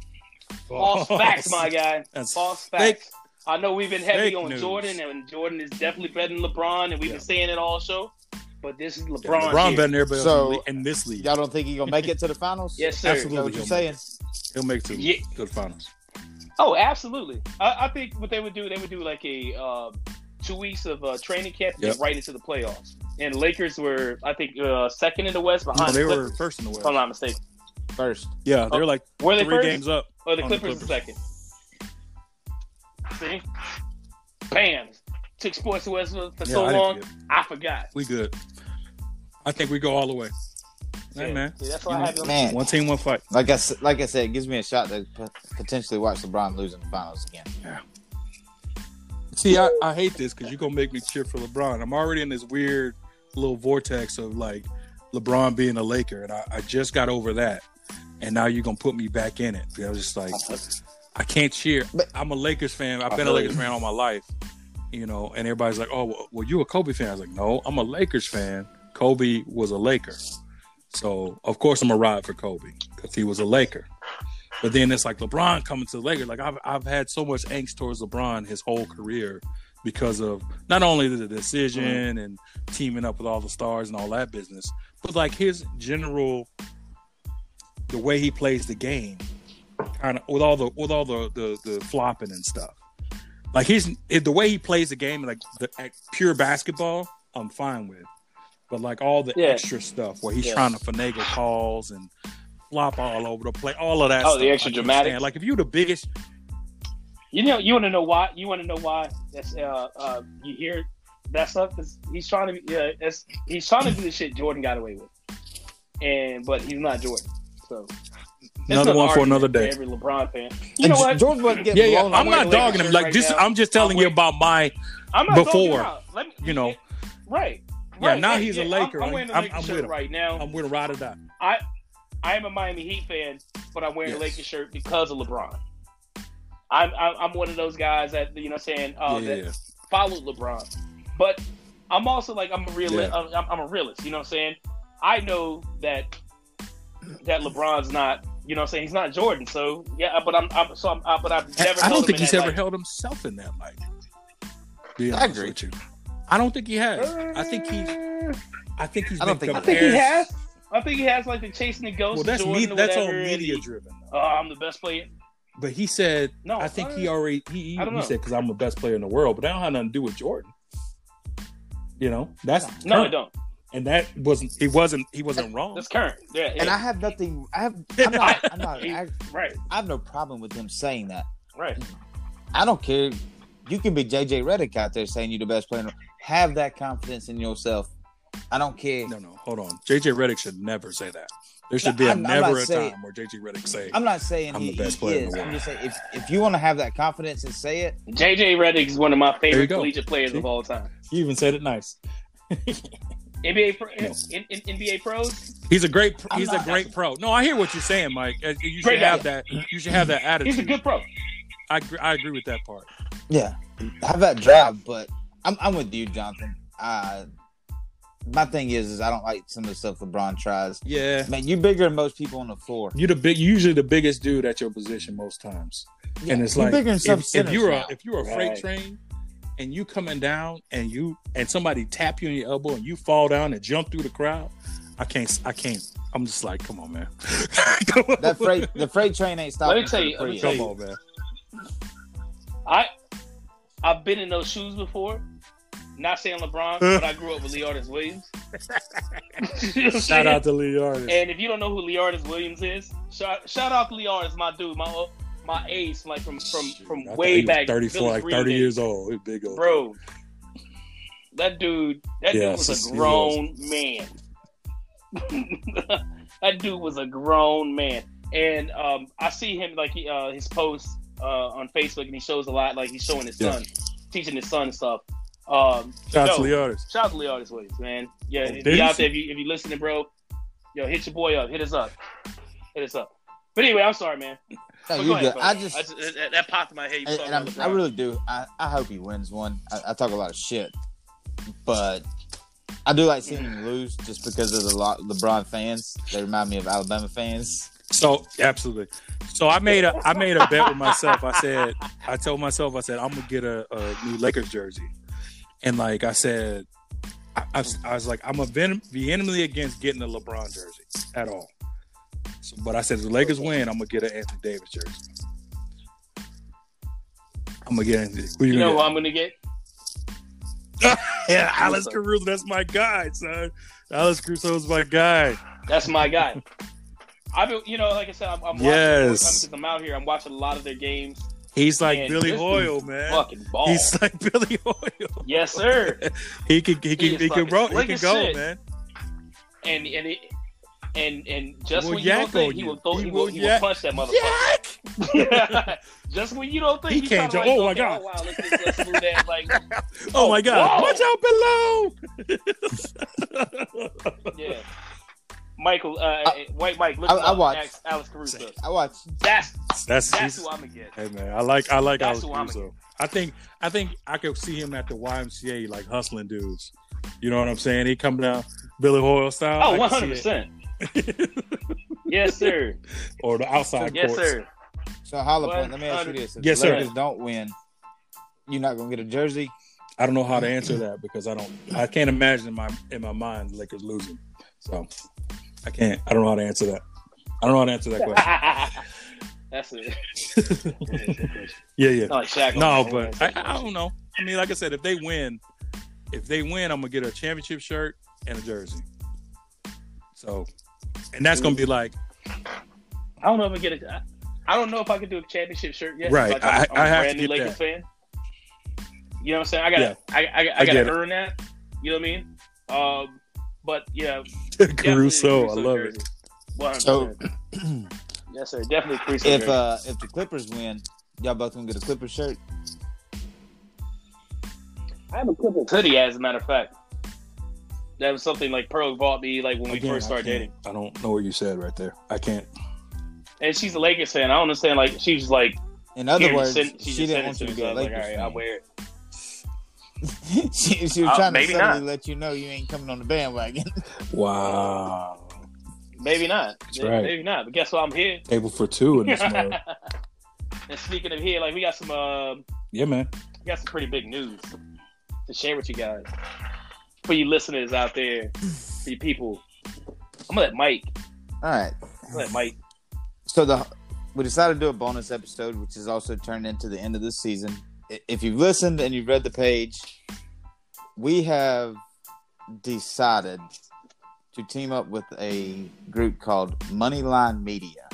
false facts, my guy.
That's
False
fake.
facts. I know we've been heavy
fake
on
news.
Jordan, and Jordan is definitely better than LeBron, and we've
Yeah.
been saying it all show. But this is LeBron.
Yeah, LeBron
here.
better than everybody
So-
else in this league.
Y'all don't think he gonna make it to the finals?
Yes, sir.
Is that what you're
Absolutely.
saying?
He'll make it to,
Yeah.
to the finals.
Oh, absolutely. I, I think what they would do, they would do like a uh, two weeks of uh, training camp and
Yep.
get right into the playoffs. And Lakers were, I think, uh, second in the West behind.
No, they
the
were
Clippers,
first in the West.
if I'm not mistaken.
First.
Yeah, they were like
Were they
three
first?
games up.
Or the
on the
Clippers, the second. See, bam, took sports away for for
Yeah,
so
I didn't
long.
forget.
I forgot.
We good. I think we go all the way. Hey,
Yeah.
man.
See, that's what
You know,
happened.
Man,
One team, one fight.
like I s- like I said, it gives me a shot to p- potentially watch LeBron lose in the finals again.
See, I, I hate this because you're gonna make me cheer for LeBron. I'm already in this weird little vortex of like LeBron being a Laker, and I, I just got over that, and now you're gonna put me back in it. I was just like, I can't cheer.
But-
I'm a Lakers fan. I've
I
been a
feel
Lakers
you.
fan all my life, you know. And everybody's like, "Oh, well, well, you a Kobe fan?" I was like, "No, I'm a Lakers fan. Kobe was a Laker, so of course I'm a ride for Kobe because he was a Laker." But then it's like LeBron coming to the Lakers. Like I've I've had so much angst towards LeBron his whole career because of not only the decision
Mm-hmm.
and teaming up with all the stars and all that business, but like his general the way he plays the game kind of with all the with all the, the the flopping and stuff like his it- the way he plays the game like the at pure basketball i'm fine with but like all the
Yeah.
extra stuff where he's
Yeah.
trying to finagle calls and flop all over the play all of that
Oh, the
stuff, I
extra
can't
dramatics.
stand. like if you're the biggest
You know, you want to know why? You want to know why? That's uh, uh, you hear that stuff. 'Cause He's trying to, be- yeah, that's, he's trying to do the shit Jordan got away with, and but he's not Jordan. So it's
another
an
one for
argument
another day
every LeBron fan, you know
And
what?
George wasn't
yeah
getting
yeah
blown
i'm
away.
not
with the
dogging him
Lakers
like
right
this
now.
i'm just telling you
with-
about my
I'm not talking
Before,
about- let me-
you know
right?
Yeah,
right.
now
Hey,
he's a
yeah, I'm-
Laker.
I'm,
I'm-
wearing the
I'm-
Lakers
I'm
shirt
with him.
right now.
i'm with a ride or die
I I am a Miami Heat fan, but I'm wearing a
Yes.
Lakers shirt because of LeBron. I'm I'm I'm one of those guys that you know what I'm saying uh,
yeah,
that
yeah, yeah.
followed LeBron, but I'm also like I'm a realist.
Yeah.
I'm, I'm- I'm a realist. You know what I'm saying? I know that that LeBron's not. You know what I'm saying? He's not Jordan. So yeah, but I'm, I'm so I'm, I, but I've
I-
never.
I
held
don't
him
think
in
he's
that
ever
light.
held himself in that light. Be
I
honest
agree.
with you. I don't think he has. I think he's. I think he's.
I don't
been
think-
I think he
compared-
has. I think he has like the chasing the ghost.
Well,
of
that's
Jordan
me,
or
that's all
whatever, and
media
he-
driven.
Oh, I'm the best player.
But he said,
No,
I think he
uh,
already. He, he,
I don't
he
know.
said because I'm the best player in the world, but that don't have nothing to do with Jordan. You know, that's
No, I
current.
don't.
And that wasn't. He wasn't. He wasn't wrong.
That's current. Yeah, yeah.
And I have nothing. I have. I'm not. I'm not
He-
I,
right,
I have no problem with him saying that.
right.
I don't care. You can be JJ Redick out there saying you're the best player. in the- Have that confidence in yourself. I don't care.
no, no. Hold on. JJ Reddick should never say that. There should be a
I'm- I'm
never
not
a
saying-
time where JJ Reddick say,
I'm not saying
I'm
he,
the best
he
player in
is.
the world.
I'm just saying if, if you want to have that confidence and say it,
JJ Redick is one of my
you
favorite
go.
collegiate players of
See?
all time.
"You even said it nice."
NBA pro,
No.
in, in, NBA pros.
He's a great. pro-
I'm
He's
not-
a great pro. No, I hear what you're saying, Mike. Uh, You should
Great
have that. You should have that attitude.
He's a good pro.
I agree, I agree with that part.
yeah, have that drive. But I'm, I'm with you, Jonathan. Uh, my thing is, is I don't like some of the stuff LeBron tries.
Yeah.
Man, you're bigger than most people on the floor.
You're the big, you're usually the biggest dude at your position most times, and it's
you're
like
bigger than
if,
some
if
centers
you're
now.
a if you're a
Right.
freight train and you coming down and you and somebody tap you on your elbow and you fall down and jump through the crowd, I can't, I can't. I'm just like, come on, man. come on,
that freight, the freight train ain't stopping.
Let me tell you-
for the
let me
Prius.
tell
come on, man.
I I've been in those shoes before. Not saying LeBron, but I grew up with Leardis Williams.
Shout out to Lee Artist.
And if you don't know who Leardis Williams is, shout, shout out to Leardis, my dude, my my ace, like from from from way back,
thirty four,
Billy
like
Green
thirty
days.
years old. He big old.
bro. That dude, that
Yes,
dude was
he
a grown man. that dude was a grown man, and um, I see him like he, uh, his posts uh, on Facebook, and he shows a lot. Like he's showing his
Yeah.
son, teaching his son and stuff. Um,
Shout out
yo,
to Lee Artist.
Shout out to Leardis Williams, man. Yeah,
Oh,
if
did
you
he?
out there, if you if you listening, bro, yo, hit your boy up, hit us up, hit us up. But anyway, I'm sorry, man.
No,
But
you
go ahead,
good.
bro.
I just,
that, that popped in my head. You
and,
talking
and I'm-
about
i
LeBron.
really do. I, I hope he wins one. I, I talk a lot of shit, but I do like seeing him lose just because of the lot LeBron fans. They remind me of Alabama fans.
So absolutely. So I made a I made a bet with myself. I said I told myself I said I'm gonna get a, a new Lakers jersey, and like I said, I, I, was, I was like I'm a venom, vehemently against getting a LeBron jersey at all. So, but I said if the Lakers win, I'm gonna get an Anthony Davis jersey. I'm gonna get Anthony. Who you,
you know
gonna
who I'm gonna get?
get? Yeah, Alex Caruso. That's my guy, son. Alex Caruso's my guy.
That's my guy. I've been, you know, like I said, I'm, I'm watching
Yes.
because I'm out here. I'm watching a lot of their games.
He's like
Man,
Billy
this dude's
Hoyle, man.
Fucking ball.
He's like Billy Hoyle.
yes, sir.
He can he can
is
he can,
fucking
roll, he
slick
can
as
go,
shit.
man.
And and it, and and just
Will
when you don't
yak
think
on
he
you.
will throw,
He
he,
will
will, he will
yak-
punch that motherfucker. just when you don't think
He
he's
can't
kinda
jump. Oh,
like,
my
okay,
God.
wow, let's, just- let's move that. Like,
Oh my god.
whoa.
Watch out below.
yeah. Michael, uh, White Mike, look
I-
him
I
up.
watched.
Alex- Alex Caruso.
I watch.
That's
That's,
that's
that's
who I'm gonna get.
Hey man, I like I like
That's
Alex
who I'm
Caruso. I think I think I could see him at the YMCA like hustling dudes. You know what I'm saying? He come down Billy Hoyle style.
Oh,
I
100
can see it.
percent. Yes, sir.
Or the outside
Yes,
courts.
sir.
So holla
One
point. Let me ask you
hundred-
this: If
Yes,
the
sir.
Lakers don't win, you're not gonna get a jersey.
I don't know how to answer that because I don't I can't imagine in my in my mind the Lakers losing. So I can't I don't know how to answer that. I don't know how to answer that question.
That's it.
Yeah, yeah.
Not like Shaq.
No, but I, I don't know. I mean, like I said, if they win, if they win, I'm gonna get a championship shirt and a jersey. So, and that's gonna be like
I don't know if I get it. I, I don't know if I could do a championship shirt yet.
Right.
Like, I'm,
I-
I'm a
I have
brand
to
new
get
Lakers fan. You know what I'm saying? I gotta, I, I, I,
I get
gotta
it.
earn that. You know what I mean? Um, but yeah, definitely a
Caruso. I love
jersey.
it.
100%.
So-
yes, sir. Definitely Caruso.
If
jersey.
uh, if the Clippers win, y'all both gonna get a Clippers shirt.
I have a Clippers hoodie, as a matter of fact. That was something like Pearl bought me like when we
Again,
first
I
started
can't-
dating.
I don't know what you said right there. I can't.
And she's a Lakers fan. I don't understand. Like she's like,
In other
here,
words,
just send-
she,
just
didn't
sent
want
it
you to
me,
get
so
a
I was
Lakers
like, all right, I'll
fan.
wear it.
she, she was
Uh,
trying to
maybe
subtly
not.
let you know you ain't coming on the bandwagon.
Wow.
Maybe not.
That's right.
Maybe not. But guess what? I'm here.
Table for two in this mug.
and speaking of here, like we got some, uh, we
Yeah, man.
got some pretty big news to share with you guys, for you listeners out there, for you people. I'm gonna let Mike.
All right.
I'm gonna let Mike.
so the we decided to do a bonus episode, which is also turned into the end of this season. I- If you've listened and you've read the page, we have decided to team up with a group called Moneyline Media.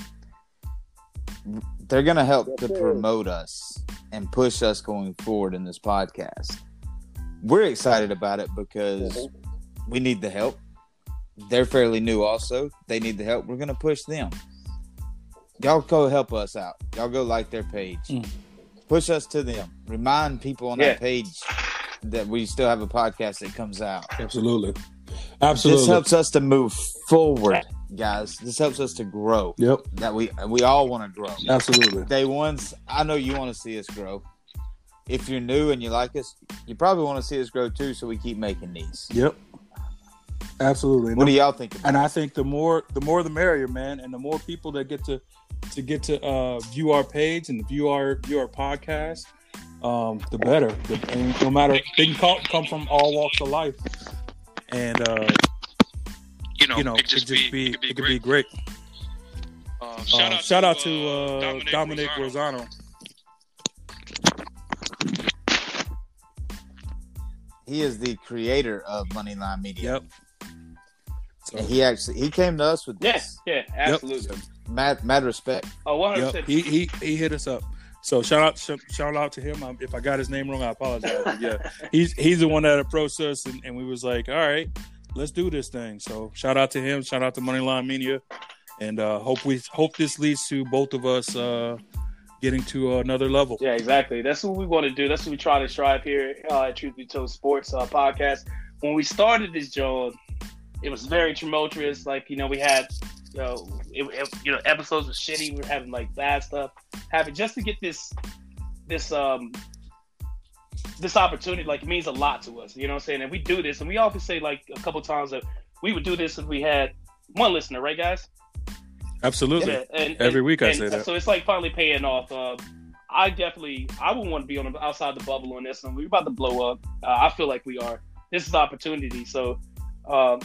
They're going to help to promote us and push us going forward in this podcast. We're excited about it because we need the help. They're fairly new, also. They need the help. We're going to push them y'all go help us out. Y'all go like their page.
Mm.
Push us to them. Remind people on
Yeah.
that page that we still have a podcast that comes out.
Absolutely.
This
Absolutely.
helps us to move forward, guys. This helps us to grow.
Yep.
That we we all want to grow.
Absolutely.
Day ones, I know you want to see us grow. If you're new and you like us, you probably want to see us grow too, so we keep making these.
Yep. Absolutely.
What do y'all think? About
and I think the more the more the merrier, man, and the more people that get to to get to uh, view our page and view our view our podcast, um, the better. The, and no matter they can call, come from all walks of life, and uh,
You know,
you know
it just, be, it could be,
it could be
great.
great.
Um,
Shout,
shout,
uh,
out,
shout
to,
out to uh, Dominic,
Dominic, Rosano.
Rosano.
He is the creator of Moneyline Media.
Yep. So,
And he actually he came to us with
Yes,
this.
yeah, absolutely.
Mad, mad respect.
Oh, 100%.
yep. He, he he hit us up. So shout out sh- shout out to him. Um, if I got his name wrong, I apologize. But yeah, he's he's the one that approached us, and, and we was like, all right, let's do this thing. So shout out to him. Shout out to Moneyline Media, and uh, hope we hope this leads to both of us uh, getting to another level.
Yeah, exactly. That's what we want to do. That's what we try to strive here uh, at Truth Be Told Sports uh, Podcast. When we started this job, it was very tumultuous. Like you know, we had you know, it, it- you know episodes were shitty. We were having like bad stuff happen just to get this this um this opportunity. Like it means a lot to us. You know what I'm saying? And we do this, and we often say like a couple times that we would do this if we had one listener, right, guys?
Absolutely.
Yeah, and,
Every
and-
week I
and
say that.
So it's like finally paying off. Uh, I definitely, I would want to be on the, outside the bubble on this one. We're about to blow up. Uh, I feel like we are. This is opportunity. So um,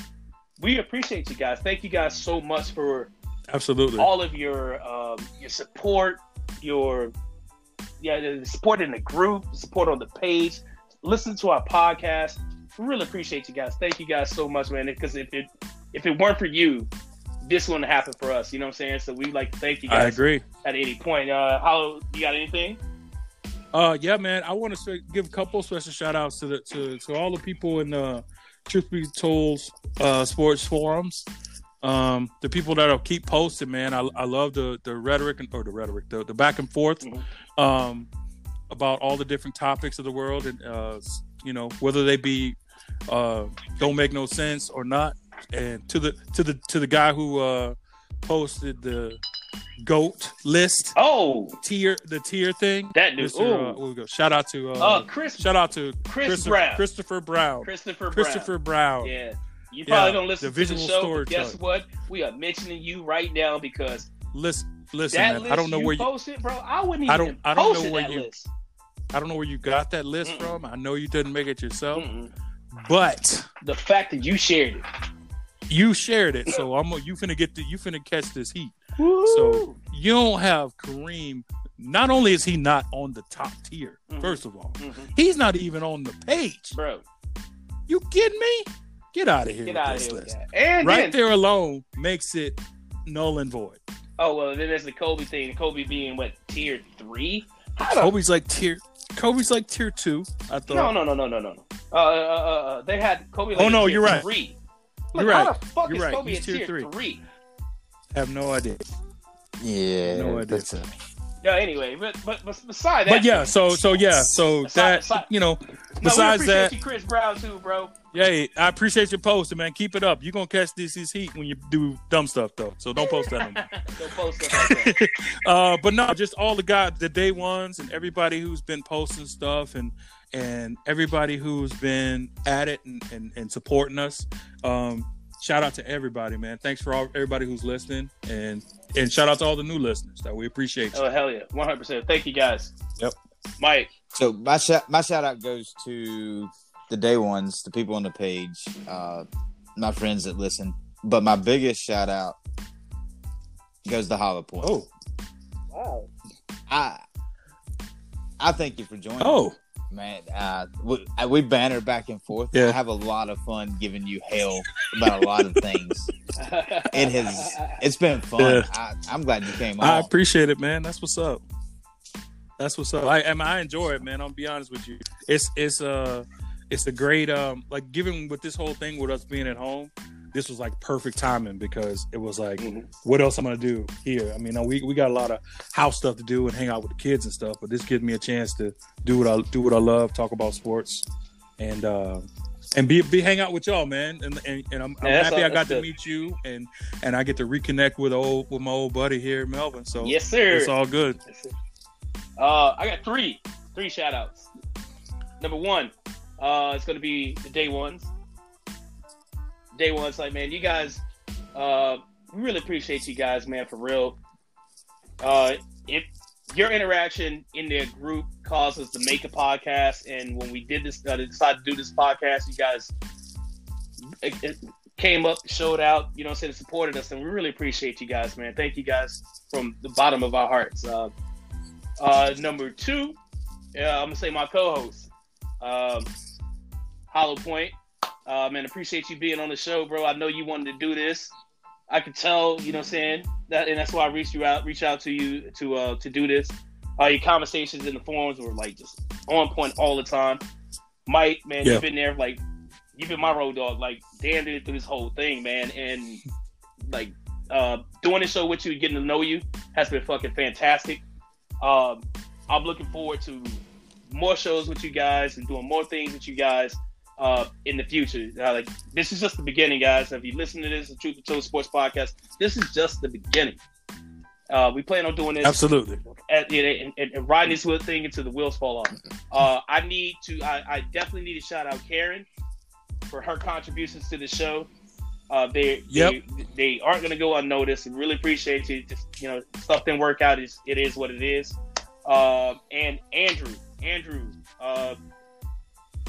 we appreciate you guys. Thank you guys so much for
Absolutely.
all of your um, your support, your yeah, the support in the group, the support on the page. Listen to our podcast. We really appreciate you guys. Thank you guys so much, man. Because if it if it weren't for you, this wouldn't happen for us. You know what I'm saying? So we like to thank you
I
guys
agree.
at any point. Uh, how you got anything?
Uh, yeah, man. I want to give a couple special shout outs to the to, to all the people in the Truth Be Told uh, sports forums. Um, the people that'll keep posting, man. I, I love the the rhetoric and, or the rhetoric, the, the back and forth
Mhm.
um, about all the different topics of the world, and uh, s- you know whether they be uh, don't make no sense or not. And to the to the to the guy who uh, posted the goat list
Oh,
tier the tier thing.
that dude.
Mr. Uh,
Ooh.
what we go. Shout out to uh,
Uh, Chris,
shout out to
Chris
Christopher
Brown.
Christopher Brown.
Christopher, Brown.
Christopher Brown.
Yeah. You
Yeah,
probably don't listen
the
to
visual
the show,
storyteller.
but guess what? We are mentioning you right now because
Listen, listen,
that
man.
list
I don't know
you
where you,
posted, bro. I wouldn't even
I don't- I don't
posted
know where
that
you-
list.
I don't know where you got that list
Mm-mm.
from. I know you didn't make it yourself,
Mm-mm.
but
The fact that you shared it.
you shared it. So I'm you finna get the, you finna catch this heat. So you don't have Kareem. Not only is he not on the top tier,
Mhm.
first of all,
Mhm.
he's not even on the page.
bro,
You kidding me? Get out of here
get
with
out of
this
here with
list.
that. And then,
Right there alone makes it null and void.
oh well, then there's the Kobe thing. Kobe being what tier three? How the
Kobe's like tier. Kobe's like tier two. I thought.
no, no, no, no, no, no, no. Uh, uh, uh, uh, they had Kobe. Like
Oh, no,
tier
you're right.
Three.
You're
Like, How
right.
the fuck
You're
is
right.
Kobe
He's
in
tier
tier
three.
three?
have no idea.
Yeah.
No idea.
that's a-
Yeah. Anyway, but but but beside that,
But yeah, so so yeah, so
Aside-
that
aside-
you know.
no, we
Besides
appreciate
that,
you, Chris Brown too, bro.
hey, I appreciate your posting, man. Keep it up. You are gonna catch this this heat when you do dumb stuff though. So don't post that. No more.
Don't post stuff like that.
uh, but no, just all the guys, the day ones, and everybody who's been posting stuff, and and everybody who's been at it and and, and supporting us. Um, shout out to everybody, man. Thanks for all everybody who's listening, and and shout out to all the new listeners that we appreciate. You.
Oh hell yeah, one hundred percent. Thank you guys.
Yep.
Mike.
So my shout my shout out goes to the day ones, the people on the page, uh, my friends that listen. But my biggest shout out goes to Hollow Point.
Oh,
Wow.
I I thank you for joining.
oh,
man, uh, we, uh, we banter back and forth.
Yeah.
I have a lot of fun giving you hell about a lot of things. It has it's been fun.
Yeah.
I, I'm glad you came
I
on.
appreciate it, man. That's what's up. That's what's up. I and I enjoy it, man. I'll be honest with you. It's it's uh it's a great um like given with this whole thing with us being at home, this was like perfect timing because it was like
Mhm.
what else I'm gonna do here? I mean, we we got a lot of house stuff to do and hang out with the kids and stuff, but this gives me a chance to do what I do what I love, talk about sports, and uh, and be be hang out with y'all, man. And and, and I'm, I'm
Yeah, that's
happy
all-
I got
that's
to
good.
meet you and and I get to reconnect with old with my old buddy here, Melvin. So
Yes, sir.
it's all good.
Uh, I got three, three shout outs. Number one, uh, it's going to be the day ones. day one. It's like, man, you guys, uh, we really appreciate you guys, man, for real. Uh, if your interaction in their group caused us to make a podcast, and when we did this, uh, decided to do this podcast, you guys it, it came up, showed out, you know, what I'm saying supported us, and we really appreciate you guys, man. Thank you guys from the bottom of our hearts. Uh, uh, number two, yeah, I'm gonna say my co-host, um, Hollow Point. Uh, man, appreciate you being on the show, bro. I know you wanted to do this. I could tell, you know, what I'm saying that, and that's why I reached you out, reach out to you to uh, to do this. Uh, your conversations in the forums were like just on point all the time. Mike, man,
Yeah.
you've been there, like you've been my road dog. Like Dan did it through this whole thing, man, and like uh, doing this show with you, getting to know you, has been fucking fantastic. Um, I'm looking forward to more shows with you guys and doing more things with you guys uh, in the future. Uh, like this is just the beginning, guys. If you listen to this, the Truth Be Told Sports Podcast, this is just the beginning. Uh, we plan on doing this
Absolutely.
at, and, and, and riding this wheel thing until the wheels fall off. Uh, I need to. I, I definitely need to shout out Karen for her contributions to the show. Uh, they,
Yep.
they they aren't going to go unnoticed. and Really appreciate you. Just you know, stuff didn't work out. It's, it is what it is. Uh, and Andrew, Andrew, uh,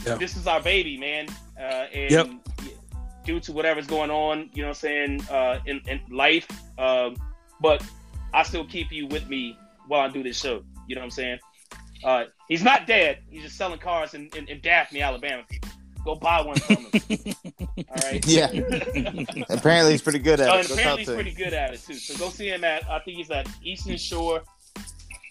Yeah.
this is our baby, man. Uh, and
Yep.
due to whatever's going on, you know, what I'm saying uh, in, in life, um, but I still keep you with me while I do this show. You know what I'm saying? Uh, he's not dead. He's just selling cars in, in, in Daphne, Alabama. People, go buy one from him. All right.
Yeah, apparently he's pretty good
Uh,
at
and
it. Go talk
apparently he's
to
pretty
him.
good at it too. So go see him at I think he's at Eastern Shore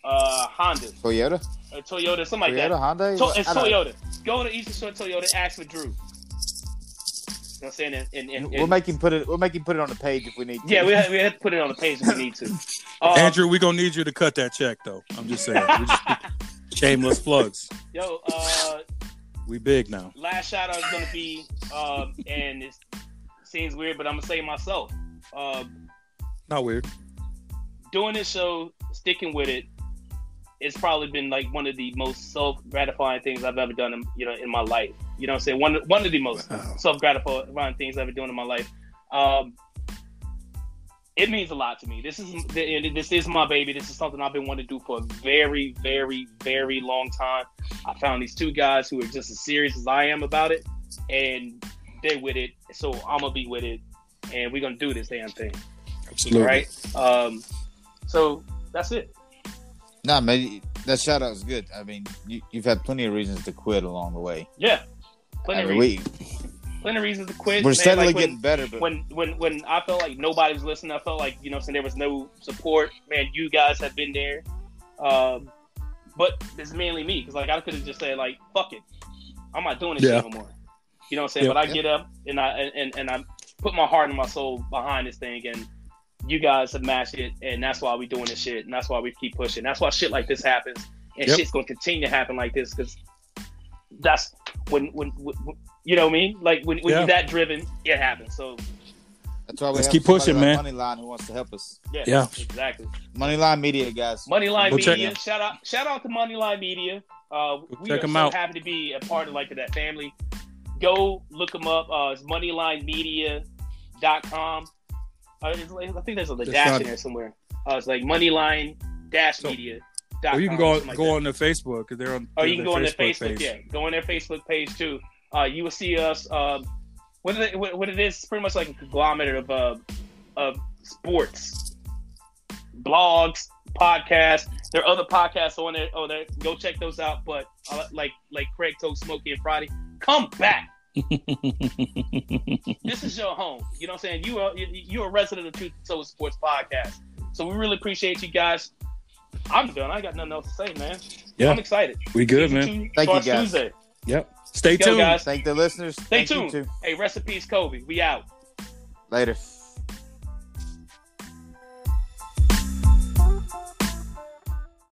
uh, Honda
Toyota,
or Toyota, something like
Toyota,
that.
Honda.
To- it's
I don't know.
Toyota. Go to Eastern Shore Toyota. Ask for Drew. You know what I'm saying? And, and, and,
We'll make him put it. We'll make him put it on the page if we need.
yeah,
to.
we have, we have to put it on the page if we need to. Uh,
Andrew, we're gonna need you to cut that check though. I'm just saying. We're just shameless plugs.
yo, uh,
We big now.
last shout out is gonna be, um, and it seems weird, but I'm gonna say it myself. Um,
Not weird.
doing this show, sticking with it, it's probably been like one of the most self gratifying things I've ever done, in, you know, in my life. You know, what I'm saying one one of the most
Wow.
self gratifying things I've ever done in my life. Um, it means a lot to me. This is this is my baby. This is something I've been wanting to do for a very, very, very long time. I found these two guys who are just as serious as I am about it, and they're with it. So I'm gonna be with it, and we're gonna do this damn thing.
Absolutely.
Right. Um, so that's it.
No, man, that shout out was good. I mean, you, you've had plenty of reasons to quit along the way.
Yeah. Plenty,
I
of
mean,
reasons, plenty of reasons to
we,
quit.
we're
man.
steadily
Like, when-
getting better, but
when when when I felt like nobody was listening, I felt like you know, since there was no support, man, you guys have been there. Um, but it's mainly me because like I could have just said like, "Fuck it, I'm not doing this
Yeah.
shit no more." You know what I'm saying?
Yeah.
But I get up and I and and I put my heart and my soul behind this thing, and you guys have matched it, and that's why we doing this shit, and that's why we keep pushing. That's why shit like this happens, and
Yep.
shit's gonna continue to happen like this because that's when when, when you know what I mean. Like when, when
Yeah.
you're that driven, it happens. So
that's why we
Let's
have
keep
somebody
pushing,
like
man.
Moneyline, who wants to help us?
Yeah,
Yeah.
exactly.
Moneyline Media, guys.
Moneyline
Go check-
Media, shout out, shout out to Moneyline Media. Uh, we
check
are
'em
so
out.
happy to be a part of like that family. Go look them up. Uh, it's moneylinemedia.com. Uh, it's like, I think there's a
It's
dash
not-
in there somewhere. Uh, it's like moneyline dash media.
Or you can go go on to Facebook because they're on.
Or Oh, you can go on their
Facebook
Facebook. Yeah, go on their Facebook page too. Uh, you will see us. Um, what, it, what, what it is, it's pretty much like a conglomerate of uh, of sports, blogs, podcasts. There are other podcasts on there. Oh, there, go check those out. But uh, like like Craig told Smokey and Friday, come back. this is your home. You know what I'm saying? You are you- you're a resident of Truth Told Sports Podcast. So we really appreciate you guys. I'm done. I ain't got nothing else to say, man.
Yeah.
I'm excited.
We good, man.
Season two
Thank you,
starts
guys.
Tuesday.
Yep. Stay
Yo,
tuned.
guys.
Thank the listeners.
Stay
Thank you
tuned.
too.
Hey, recipes, Kobe. We out.
Later.